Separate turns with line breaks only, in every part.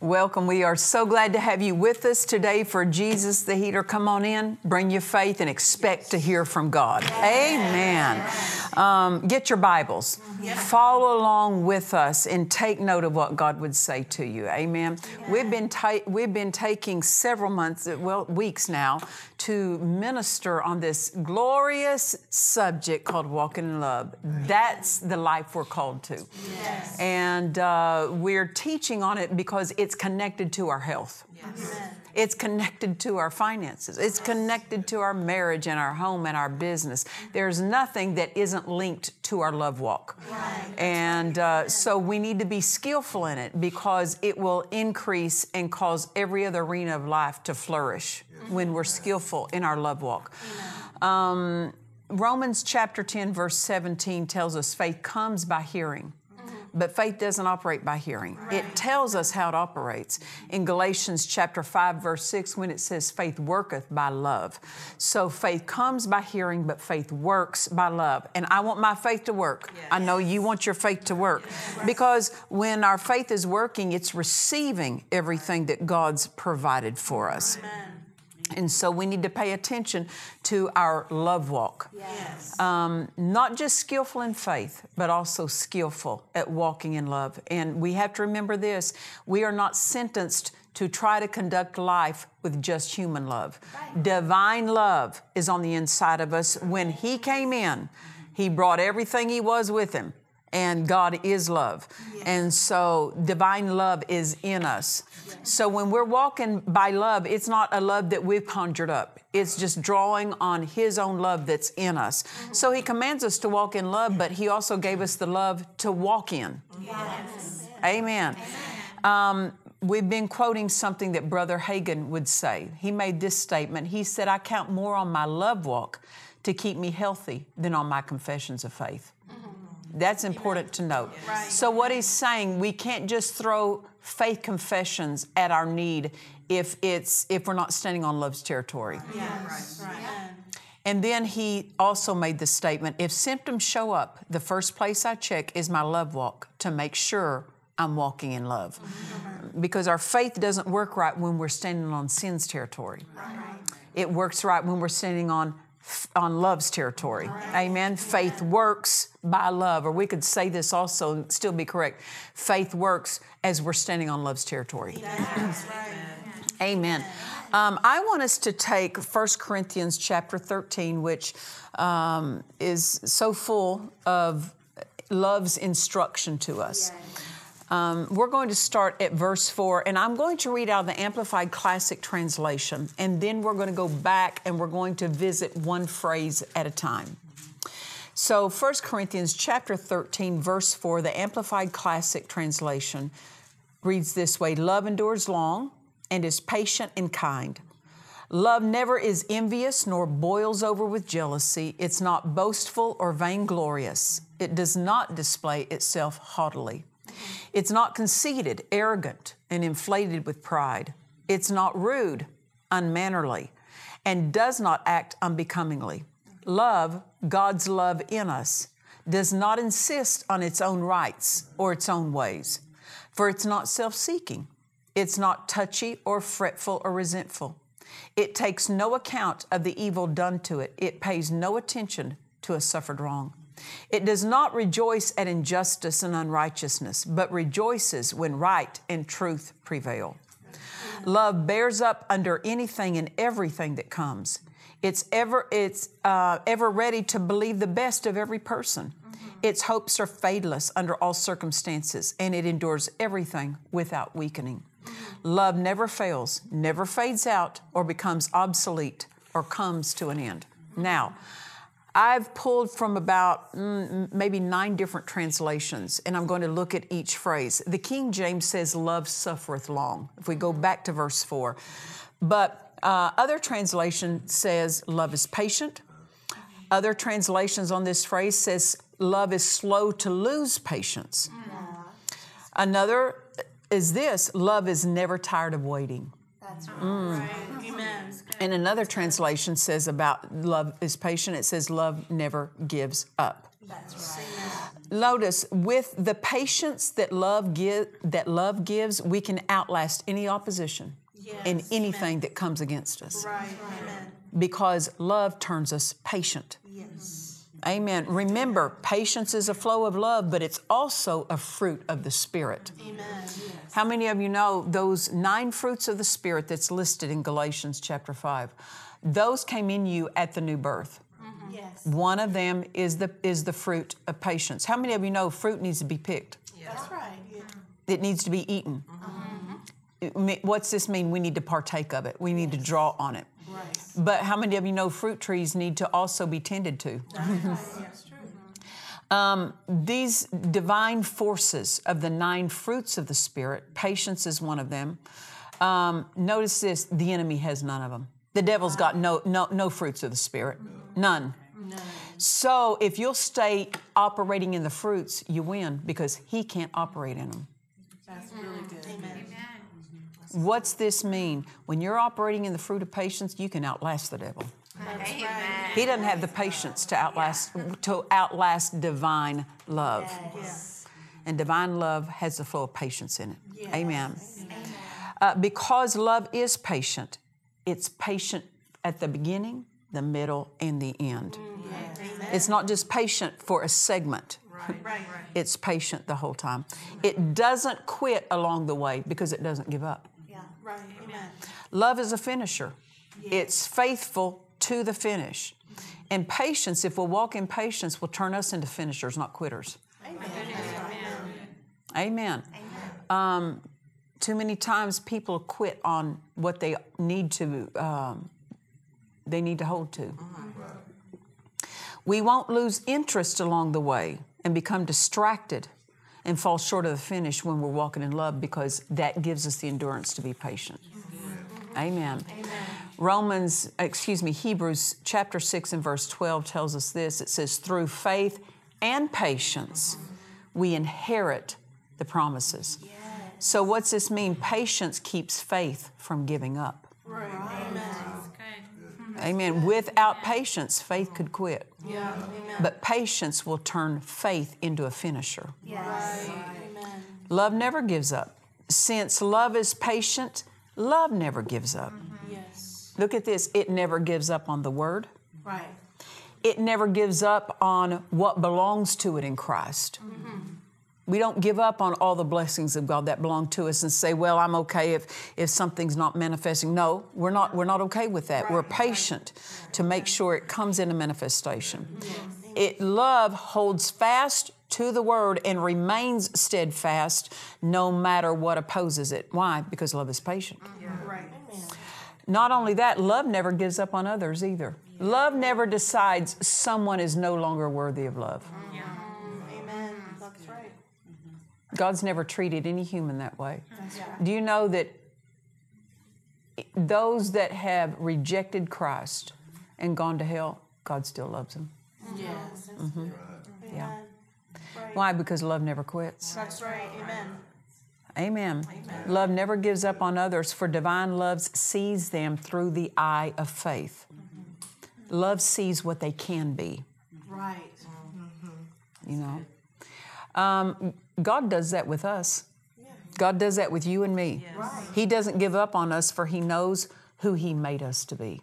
Welcome. We are so glad to have you with us today for Jesus the Healer. Come on in, bring your faith, and expect to hear from God. Amen. Um, get your Bibles. Follow along with us and take note of what God would say to you. Amen. We've been ta- we've been taking several months, well, weeks now, to minister on this glorious subject called walking in love. That's the life we're called to. And uh, we're teaching on it because it's connected to our health. It's connected to our finances. It's connected to our marriage and our home and our business. There's nothing that isn't linked to our love walk. And uh, so we need to be skillful in it because it will increase and cause every other arena of life to flourish when we're skillful in our love walk. Um, Romans chapter 10, verse 17 tells us faith comes by hearing. But faith doesn't operate by hearing. It tells us how it operates. In Galatians chapter 5 verse 6 when it says faith worketh by love. So faith comes by hearing but faith works by love. And I want my faith to work. I know you want your faith to work. Because when our faith is working it's receiving everything that God's provided for us. And so we need to pay attention to our love walk not just skillful in faith, but also skillful at walking in love. And we have to remember this we are not sentenced to try to conduct life with just human love. Divine love is on the inside of us. When He came in, He brought everything He was with Him. And God is love. And so divine love is in us. So when we're walking by love, it's not a love that we've conjured up. It's just drawing on His own love that's in us. So He commands us to walk in love, but He also gave us the love to walk in. Amen. Um, we've been quoting something that Brother Hagan would say. He made this statement. He said, I count more on my love walk to keep me healthy than on my confessions of faith. That's important to note. So, what he's saying, we can't just throw faith confessions at our need if it's if we're not standing on love's territory. And then he also made the statement if symptoms show up, the first place I check is my love walk to make sure I'm walking in love. Because our faith doesn't work right when we're standing on sin's territory. It works right when we're standing on on love's territory. Amen. Faith works by love, or we could say this also and still be correct. Faith works as we're standing on love's territory. Amen. Um, I want us to take 1 Corinthians chapter 13, which um, is so full of love's instruction to us. Um, we're going to start at verse 4, and I'm going to read out of the Amplified Classic Translation, and then we're going to go back and we're going to visit one phrase at a time. So 1 Corinthians chapter 13 verse 4 the amplified classic translation reads this way love endures long and is patient and kind love never is envious nor boils over with jealousy it's not boastful or vainglorious it does not display itself haughtily it's not conceited arrogant and inflated with pride it's not rude unmannerly and does not act unbecomingly love god's love in us does not insist on its own rights or its own ways for it's not self seeking. It's not touchy or fretful or resentful. It takes no account of the evil done to it. It pays no attention to a suffered wrong. It does not rejoice at injustice and unrighteousness, but rejoices when right and truth prevail. Love bears up under anything and everything that comes. It's ever it's uh, ever ready to believe the best of every person. Its hopes are fadeless under all circumstances, and it endures everything without weakening. Love never fails, never fades out, or becomes obsolete, or comes to an end. Now, I've pulled from about mm, maybe nine different translations, and I'm going to look at each phrase. The King James says, Love suffereth long, if we go back to verse four. But uh, other translation says, Love is patient. Other translations on this phrase says, Love is slow to lose patience. Another is this love is never tired of waiting.
That's right. right. Amen.
And another translation says about love is patient, it says love never gives up.
That's right.
Notice with the patience that love give, that love gives, we can outlast any opposition and
Yes,
anything that comes against us
Right. Amen.
because love turns us patient.
Yes.
Amen. Remember, patience is a flow of love, but it's also a fruit of the Spirit.
Amen.
How many of you know those nine fruits of the Spirit that's listed in Galatians chapter 5? Those came in you at the new birth.
Yes.
One of them is the is the fruit of patience. How many of you know fruit needs to be picked?
That's right. Yeah.
It needs to be eaten. It
Mm-hmm.
me- What's this mean? We need to partake of it. We need to draw on it.
Right.
But how many of you know fruit trees need to also be tended to? Um,
That's true.
These divine forces of the nine fruits of the Spirit, patience is one of them. Um, notice this the enemy has none of them. The devil's got no, no, no fruits of the Spirit, none. So if you'll stay operating in the fruits, you win because he can't operate in them.
That's really good. Amen.
What's this mean? When you're operating in the fruit of patience, you can outlast the devil.
That's right.
He doesn't have the patience to outlast to outlast divine love.
Yes.
And divine love has the flow of patience in it. Amen. Uh, because love is patient, it's patient at the beginning, the middle, and the end. It's not just patient for a segment.
Right. Right.
It's patient the whole time. It doesn't quit along the way because it doesn't give up.
Yeah. Right. Amen.
Love is a finisher. It's faithful to the finish. And patience, if we'll walk in patience, will turn us into finishers, not quitters. Amen. Um, too many times people quit on what they need to um, they need to hold to. We won't lose interest along the way and become distracted and fall short of the finish when we're walking in love because that gives us the endurance to be patient. Amen. Romans, excuse me, Hebrews chapter 6 and verse 12 tells us this. It says, Through faith and patience, we inherit the promises. So, what's this mean? Patience keeps faith from giving up.
Right. Amen.
Amen. Without patience, faith could quit.
Yeah. Amen.
But patience will turn faith into a finisher.
Yes. Amen.
Love never gives up. Since love is patient, love never gives up.
Mm. Yes.
Look at this it never gives up on the word.
Right.
it never gives up on what belongs to it in Christ. We don't give up on all the blessings of God that belong to us and say, "Well, I'm okay if if something's not manifesting." No, we're not we're not okay with that. We're patient to make sure it comes into manifestation. It love holds fast to the word and remains steadfast no matter what opposes it. Why? Because love is patient.
Right.
Not only that, love never gives up on others either. Love never decides someone is no longer worthy of love.
Amen. Mm. That's right.
God's never treated any human that way.
That's right.
Do you know that those that have rejected Christ and gone to hell, God still loves them?
Yes. Mm-hmm.
Yeah.
Amen. Right.
Why? Because love never quits.
That's right. Amen.
Amen. Love never gives up on others, for divine love sees them through the eye of faith. Love sees what they can be.
Right.
you know um, god does that with us god does that with you and me he doesn't give up on us for he knows who he made us to be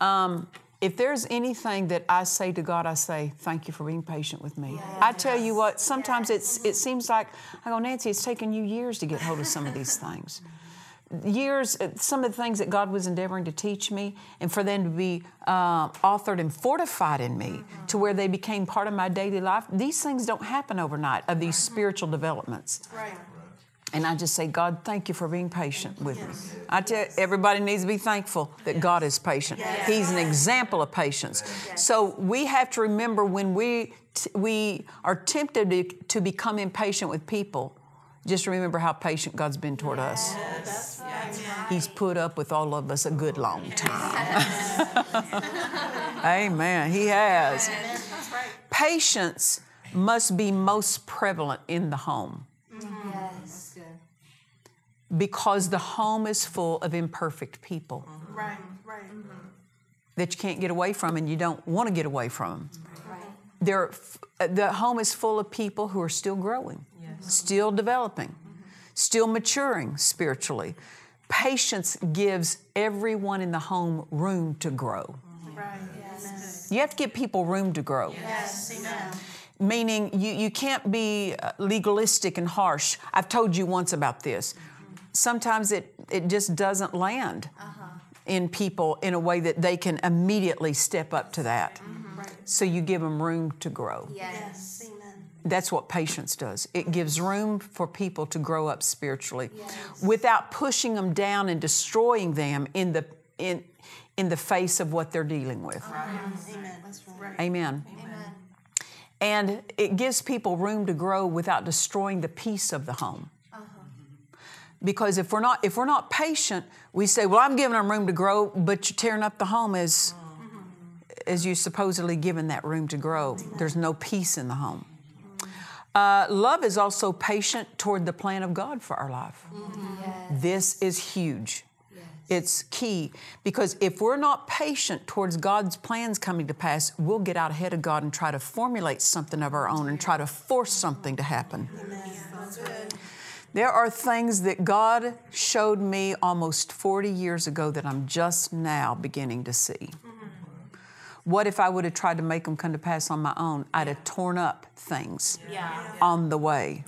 um, if there's anything that i say to god i say thank you for being patient with me i tell you what sometimes it's it seems like i go nancy it's taken you years to get hold of some of these things years, uh, some of the things that God was endeavoring to teach me, and for them to be uh, authored and fortified in me to where they became part of my daily life, these things don't happen overnight of these spiritual developments.
Right.
And I just say, God, thank you for being patient with me. I tell everybody needs to be thankful that God is patient. He's an example of patience. So we have to remember when we t- we are tempted to, to become impatient with people, just remember how patient God's been toward us. He's put up with all of us a good long time. Amen. He has. Patience must be most prevalent in the home
Mm-hmm. That's good.
because the home is full of imperfect people
Right. Right.
that you can't get away from and you don't want to get away from them.
Right.
They're, f- uh, the home is full of people who are still growing, still developing, still maturing spiritually. Patience gives everyone in the home room to grow.
Right. Yes.
You have to give people room to grow.
Yes. Amen.
meaning you, you can't be uh, legalistic and harsh. I've told you once about this. Sometimes it, it just doesn't land
Uh-huh.
in people in a way that they can immediately step up to that.
Mm-hmm.
So you give them room to grow.
Yes. Amen.
That's what patience does. It gives room for people to grow up spiritually without pushing them down and destroying them in the in in the face of what they're dealing with.
Amen. That's right.
Amen. And it gives people room to grow without destroying the peace of the home. Because if we're not if we're not patient, we say, "Well, I'm giving them room to grow, but you're tearing up the home as as you supposedly given that room to grow. There's no peace in the home." Uh, love is also patient toward the plan of God for our life. This is huge. It's key because if we're not patient towards God's plans coming to pass, we'll get out ahead of God and try to formulate something of our own and try to force something to happen. There are things that God showed me almost 40 years ago that I'm just now beginning to see. What if I would have tried to make them come to pass on my own? I'd have torn up things on the way.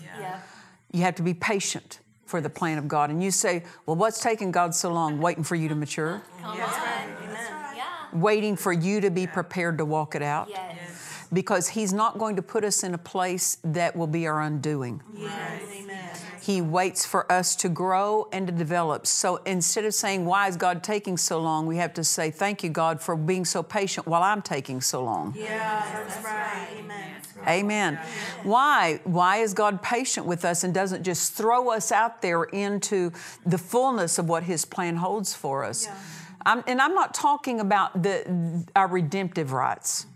You have to be patient for the plan of God. And you say, well, what's taking God so long? Waiting for you to mature, waiting for you to be prepared to walk it out. Because He's not going to put us in a place that will be our undoing. He waits for us to grow and to develop. So instead of saying, Why is God taking so long? we have to say, Thank you, God, for being so patient while I'm taking so long.
Yeah. That's right. Amen.
Amen. Why? Why is God patient with us and doesn't just throw us out there into the fullness of what His plan holds for us? I'm, and I'm not talking about the, our redemptive rights.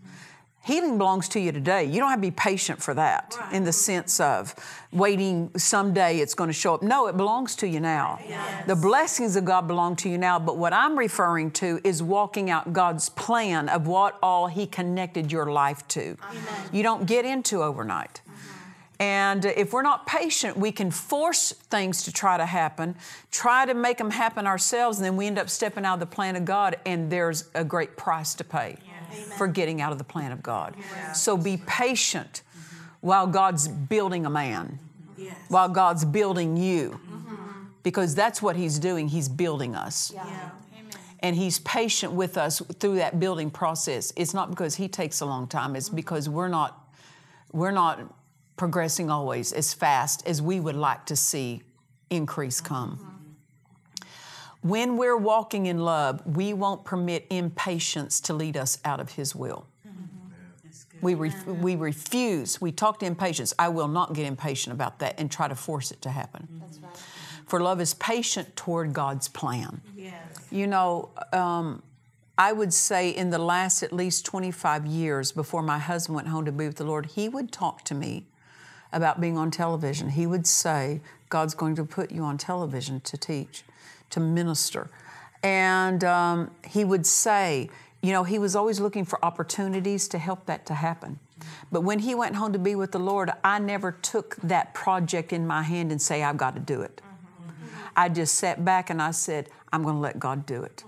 Healing belongs to you today. You don't have to be patient for that in the sense of waiting someday it's going to show up. No, it belongs to you now. The blessings of God belong to you now, but what I'm referring to is walking out God's plan of what all He connected your life to. You don't get into overnight. And uh, if we're not patient, we can force things to try to happen, try to make them happen ourselves, and then we end up stepping out of the plan of God, and there's a great price to pay for getting out of the plan of God. So be patient while God's building a man, while God's building you, because that's what He's doing. He's building us. And he's patient with us through that building process. It's not because he takes a long time, it's because we're not we're not progressing always as fast as we would like to see increase come. When we're walking in love, we won't permit impatience to lead us out of His will. We, ref we refuse. We talk to impatience. I will not get impatient about that and try to force it to happen. For love is patient toward God's plan. You know, um, I would say in the last at least 25 years before my husband went home to be with the Lord, he would talk to me about being on television. He would say, God's going to put you on television to teach, to minister. And um, he would say, you know, he was always looking for opportunities to help that to happen. But when he went home to be with the Lord, I never took that project in my hand and say, I've got to do it. I just sat back and I said, I'm going to let God do it.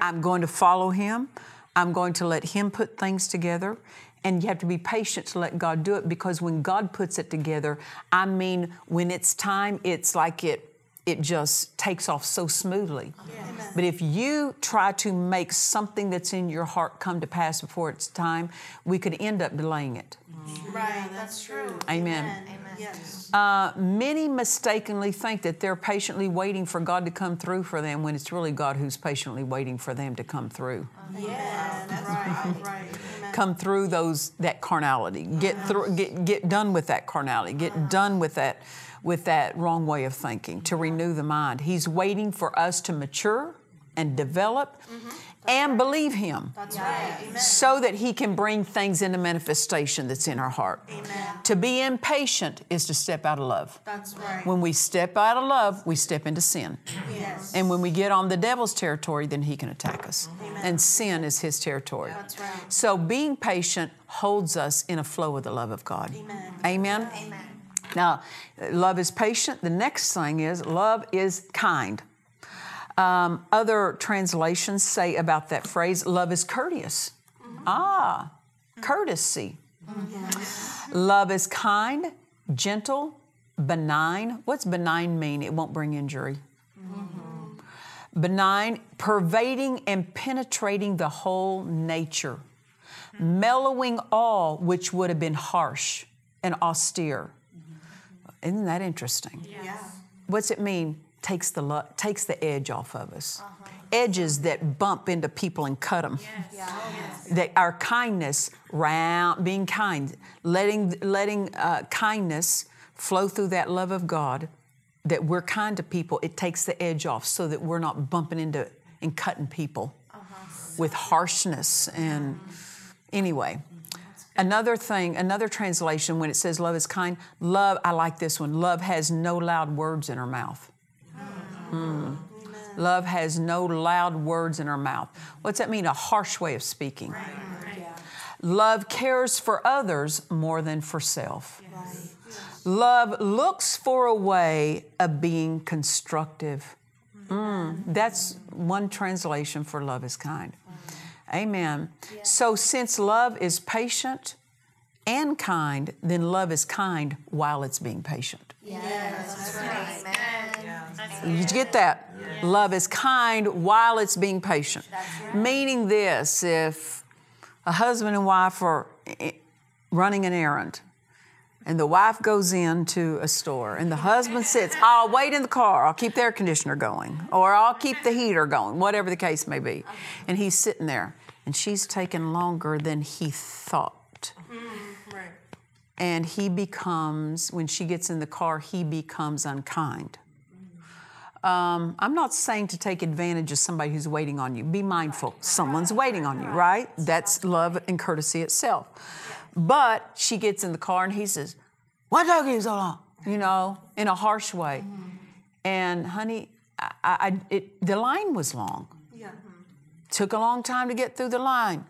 I'm going to follow Him. I'm going to let Him put things together. And you have to be patient to let God do it because when God puts it together, I mean, when it's time, it's like it it just takes off so smoothly.
Amen.
But if you try to make something that's in your heart come to pass before it's time, we could end up delaying it.
Right, that's true.
Amen.
Amen. Yes.
Many mistakenly think that they're patiently waiting for God to come through for them when it's really God who's patiently waiting for them to come through.
Yeah, that's right, right. Amen.
Come through those that carnality. Get through get get done with that carnality.
Uh-huh.
Get done with that with that wrong way of thinking to renew the mind. He's waiting for us to mature and develop and believe him.
Mm-hmm. That's right. Amen.
so that he can bring things into manifestation that's in our heart. To be impatient is to step out of love.
That's right.
When we step out of love, we step into sin.
Yes.
And when we get on the devil's territory, then he can attack us. And sin is his territory.
That's right.
So being patient holds us in a flow of the love of God. Amen. Amen. Now, love is patient. The next thing is love is kind. Um, other translations say about that phrase, love is courteous. Ah, courtesy. Love is kind, gentle, benign. What's benign mean? It won't bring injury. Benign, pervading and penetrating the whole nature, mellowing all which would have been harsh and austere. Isn't that interesting?
Yeah.
What's it mean? Takes the lu- takes the edge off of us. Edges that bump into people and cut them. That our kindness, round, being kind, letting letting uh, kindness flow through that love of God. That we're kind to people. It takes the edge off so that we're not bumping into and cutting people with harshness and anyway. Another thing, another translation when it says love is kind, love, I like this one. Love has no loud words in her mouth. Mm. Love has no loud words in her mouth. What's that mean? A harsh way of speaking. Love cares for others more than for self. Love looks for a way of being constructive. That's one translation for love is kind. Amen. So, since love is patient and kind, then love is kind while it's being patient. Did you get that? Love is kind while it's being patient. Meaning this if a husband and wife are eh, running an errand, and the wife goes into a store, and the husband sits, I'll wait in the car, I'll keep the air conditioner going, or I'll keep the heater going, whatever the case may be. And he's sitting there, and she's taking longer than he thought.
Right.
And he becomes, when she gets in the car, he becomes unkind. Um, I'm not saying to take advantage of somebody who's waiting on you. Be mindful, someone's waiting on you, right? That's love and courtesy itself. But she gets in the car and he says, Why took you so long? You know, in a harsh way. And honey, I, I, it, the line was long
Yeah.
took a long time to get through the line.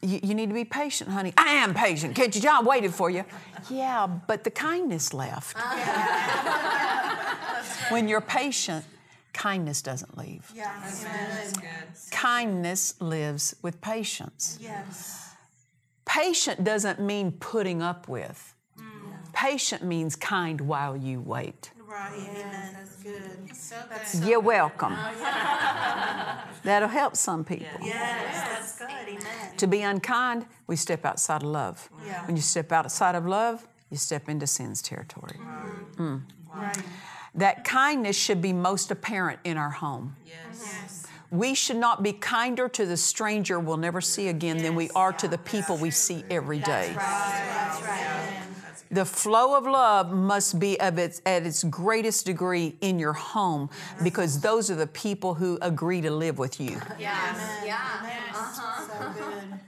You, you need to be patient, honey. I am patient. Can't you? tell I waited for you. Yeah, but the kindness left.
Ah.
when you're patient, kindness doesn't leave.
Yeah. Amen.
Kindness lives with patience.
Yes.
Patient doesn't mean putting up with.
Mm.
Patient means kind while you wait.
Right. Amen. That's good. Oh, So that's
You're welcome. That'll help some people.
yes. That's good. Amen.
To be unkind, we step outside of love.
Yeah.
When you step outside of love, you step into sin's territory. Mm.
Right.
That kindness should be most apparent in our home.
Yes.
We should not be kinder to the stranger we'll never see again than we are to the people we see every day.
That's right.
The flow of love must be of its, at its greatest degree in your home because those are the people who agree to live with you.
Uh-huh.
So good.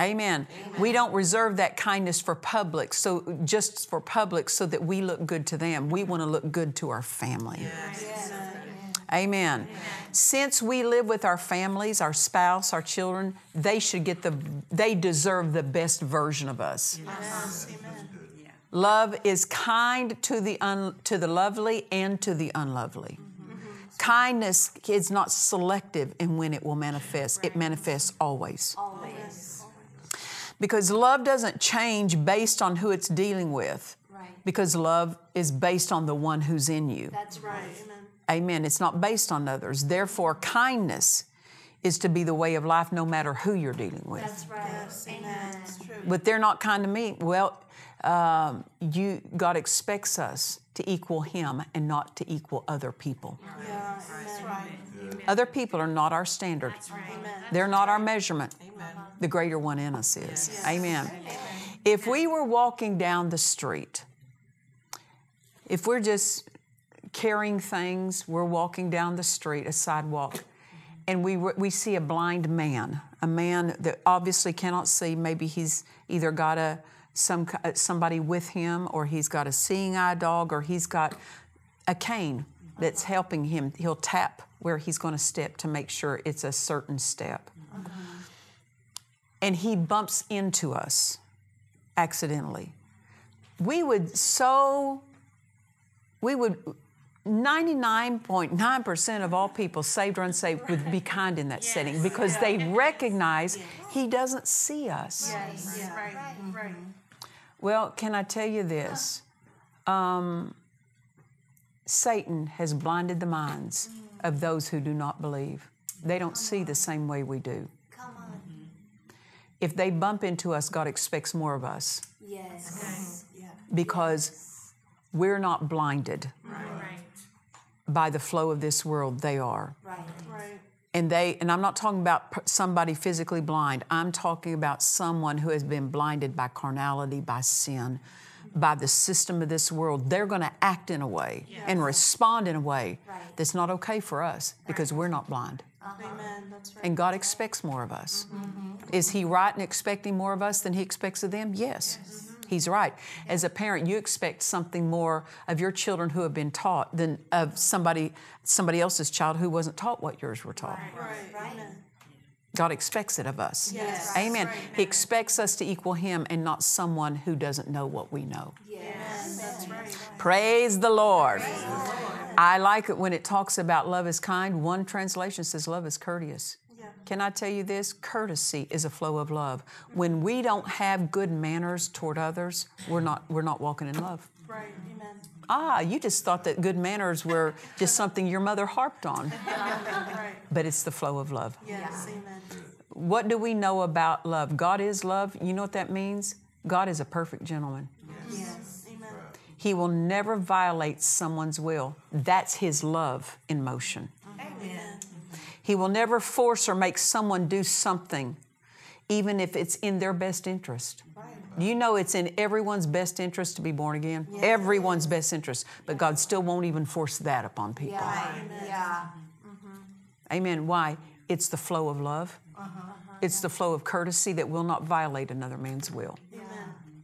Amen. We don't reserve that kindness for public, so just for public, so that we look good to them. We want to look good to our family. Amen. Since we live with our families, our spouse, our children, they should get the they deserve the best version of us.
Yes. Amen.
Love is kind to the un, to the lovely and to the unlovely. Kindness is not selective in when it will manifest. It manifests always.
Yes.
Because love doesn't change based on who it's dealing with.
Right.
Because love is based on the one who's in you.
That's right.
Right. Amen.
Amen. It's not based on others. Therefore, kindness is to be the way of life no matter who you're dealing with.
That's right.
Yes,
Amen.
amen. It's true.
but they're not kind to me. Well, um, you God expects us to equal Him and not to equal other people.
Yeah, that's right.
Other people are not our standard.
Amen.
They're not our measurement. The greater one in us is. Amen. If we were walking down the street, if we're just carrying things, we're walking down the street, a sidewalk, and we, we see a blind man, a man that obviously cannot see. Maybe he's either got a some ki- somebody with him, or he's got a seeing eye dog, or he's got a cane that's helping him. He'll tap where he's going to step to make sure it's a certain step. And he bumps into us accidentally. We would so, we would, 99.9% of all people, saved or unsaved, would be kind in that setting because they recognize he doesn't see us.
Yes, right,
Mm-hmm.
right.
Well, can I tell you this? Um, Satan has blinded the minds of those who do not believe. They don't see the same way we do.
Come on.
If they bump into us, God expects more of us
Yes.
because we're not blinded
Right.
by the flow of this world. They are.
Right.
Right.
and they and i'm not talking about p- somebody physically blind i'm talking about someone who has been blinded by carnality by sin by the system of this world they're going to act in a way and respond in a way
Right.
that's not okay for us because we're not blind
Amen, that's right.
and god expects more of us
Mm-hmm.
is he right in expecting more of us than he expects of them yes,
Mm-hmm.
He's right. As a parent, you expect something more of your children who have been taught than of somebody somebody else's child who wasn't taught what yours were taught.
Right, amen.
God expects it of us.
Yes.
Amen. He expects us to equal Him and not someone who doesn't know what we know.
Yes.
That's right.
Praise the Lord. I like it when it talks about love is kind. One translation says love is courteous.
Yeah.
Can I tell you this? Courtesy is a flow of love. When we don't have good manners toward others, we're not we're not walking in love.
Right, amen.
Ah, you just thought that good manners were just something your mother harped on,
Right.
but it's the flow of love.
Yes, amen.
What do we know about love? God is love. You know what that means? God is a perfect gentleman.
Yes, amen.
He will never violate someone's will. That's his love in motion.
Amen.
He will never force or make someone do something, even if it's in their best interest. You know, it's in everyone's best interest to be born again, everyone's best interest, but God still won't even force that upon people.
Yeah. Yeah.
Amen. Why? It's the flow of love. It's the flow of courtesy that will not violate another man's will.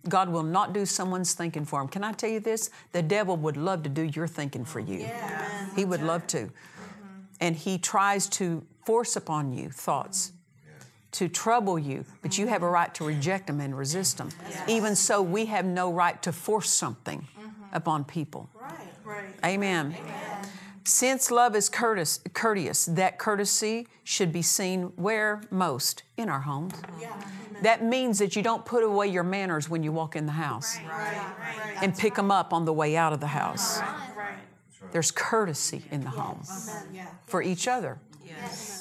God will not do someone's thinking for him. Can I tell you this? The devil would love to do your thinking for you. He would love to. And he tries to force upon you thoughts to trouble you, but you have a right to reject them and resist them. Even so, we have no right to force something upon people.
Right, right.
Amen. Since love is courteous, courteous, that courtesy should be seen where most in our homes.
Yeah, amen.
That means that you don't put away your manners when you walk in the house
Right, right,
and pick them up on the way out of the house.
right.
There's courtesy in the home
Amen, yeah.
for each other.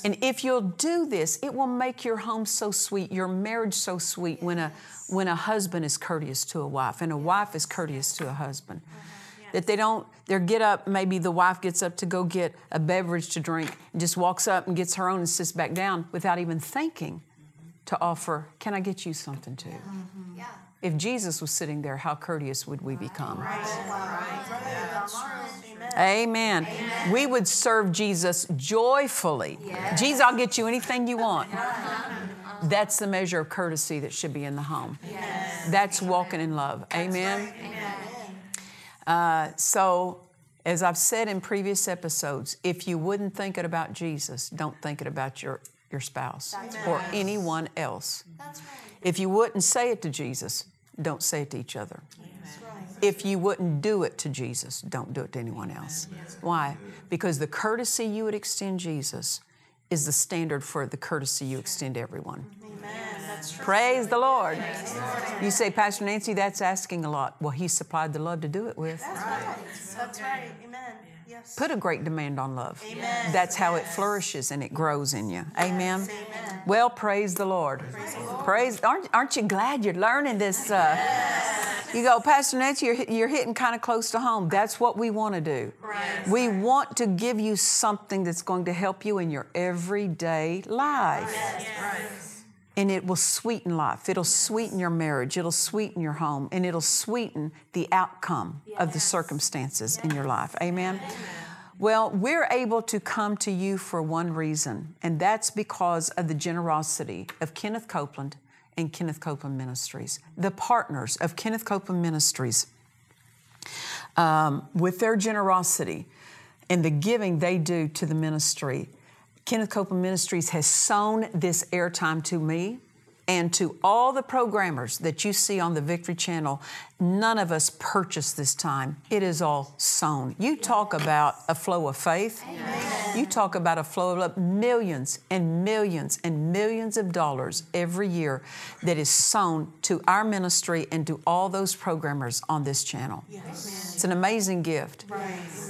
And if you'll do this, it will make your home so sweet, your marriage so sweet when a when a husband is courteous to a wife and a wife is courteous to a husband. That they don't they get up, maybe the wife gets up to go get a beverage to drink and just walks up and gets her own and sits back down without even thinking to offer, can I get you something too?
Yeah.
If Jesus was sitting there, how courteous would we become? Amen. We would serve Jesus joyfully. Jesus, I'll get you anything you want. That's the measure of courtesy that should be in the home. That's walking in love. Amen. Uh, so, as I've said in previous episodes, if you wouldn't think it about Jesus, don't think it about your, your spouse or anyone else.
That's right.
If you wouldn't say it to Jesus, don't say it to each other. If you wouldn't do it to Jesus, don't do it to anyone else. Why? Because the courtesy you would extend Jesus is the standard for the courtesy you extend everyone. Praise the Lord. You say, Pastor Nancy, that's asking a lot. Well, He supplied the love to do it with.
That's right, that's right, amen, yeah. Yes.
Put a great demand on love.
Amen.
That's how it flourishes and it grows in you. Amen.
Amen.
Well, praise the Lord. Praise, aren't, aren't you glad you're learning this? Uh, You go, Pastor Nancy, you're, hit- you're hitting kind of close to home. That's what we want to do.
Right.
We want to give you something that's going to help you in your everyday life.
Yes.
And it will sweeten life. It'll sweeten your marriage. It'll sweeten your home. And it'll sweeten the outcome of the circumstances in your life. Amen? Well, we're able to come to you for one reason, and that's because of the generosity of Kenneth Copeland and Kenneth Copeland Ministries, the partners of Kenneth Copeland Ministries Um, with their generosity and the giving they do to the ministry, Kenneth Copeland Ministries has sown this airtime to me and to all the programmers that you see on the Victory Channel. None of us purchased this time. It is all sown. You talk about a flow of faith. You talk about a flow of love. millions and millions and millions of dollars every year that is sown to our ministry and to all those programmers on this channel. It's an amazing gift.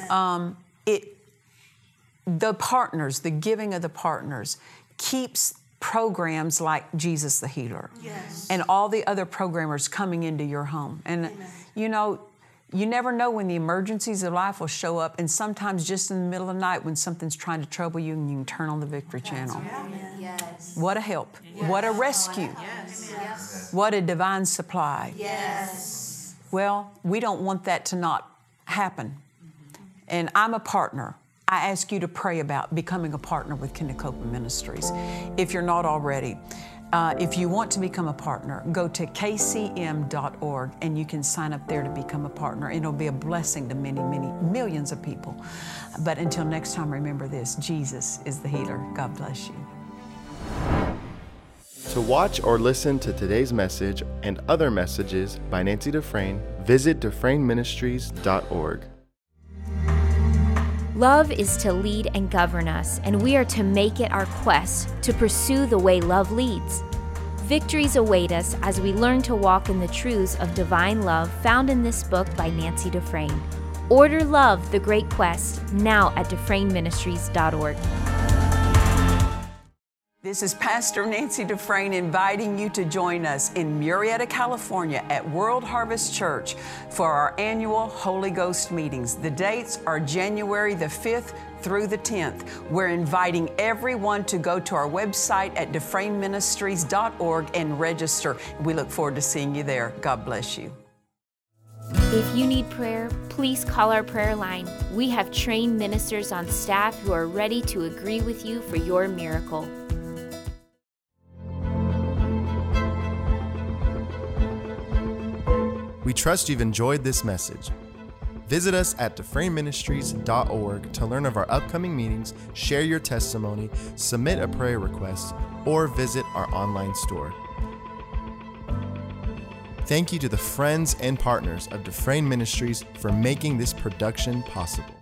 Um, It the partners, the giving of the partners keeps programs like Jesus the Healer
Yes.
and all the other programmers coming into your home. And you know, you never know when the emergencies of life will show up and sometimes just in the middle of the night when something's trying to trouble you and you can turn on the Victory Channel.
Yes.
What a help. What a rescue. What a divine supply.
Yes.
Well, we don't want that to not happen. And I'm a partner. I ask you to pray about becoming a partner with Kindacopa Ministries if you're not already. Uh, if you want to become a partner, go to kcm.org and you can sign up there to become a partner. And It'll be a blessing to many, many millions of people. But until next time, remember this Jesus is the healer. God bless you.
To watch or listen to today's message and other messages by Nancy Dufresne, visit DufresneMinistries.org.
Love is to lead and govern us, and we are to make it our quest to pursue the way love leads. Victories await us as we learn to walk in the truths of divine love found in this book by Nancy Dufresne. Order Love, the Great Quest, now at DufresneMinistries.org.
This is Pastor Nancy Dufresne inviting you to join us in Murrieta, California at World Harvest Church for our annual Holy Ghost meetings. The dates are January the 5th through the 10th. We're inviting everyone to go to our website at DufresneMinistries.org and register. We look forward to seeing you there. God bless you.
If you need prayer, please call our prayer line. We have trained ministers on staff who are ready to agree with you for your miracle.
We trust you've enjoyed this message. Visit us at DufresneMinistries.org to learn of our upcoming meetings, share your testimony, submit a prayer request, or visit our online store. Thank you to the friends and partners of Dufresne Ministries for making this production possible.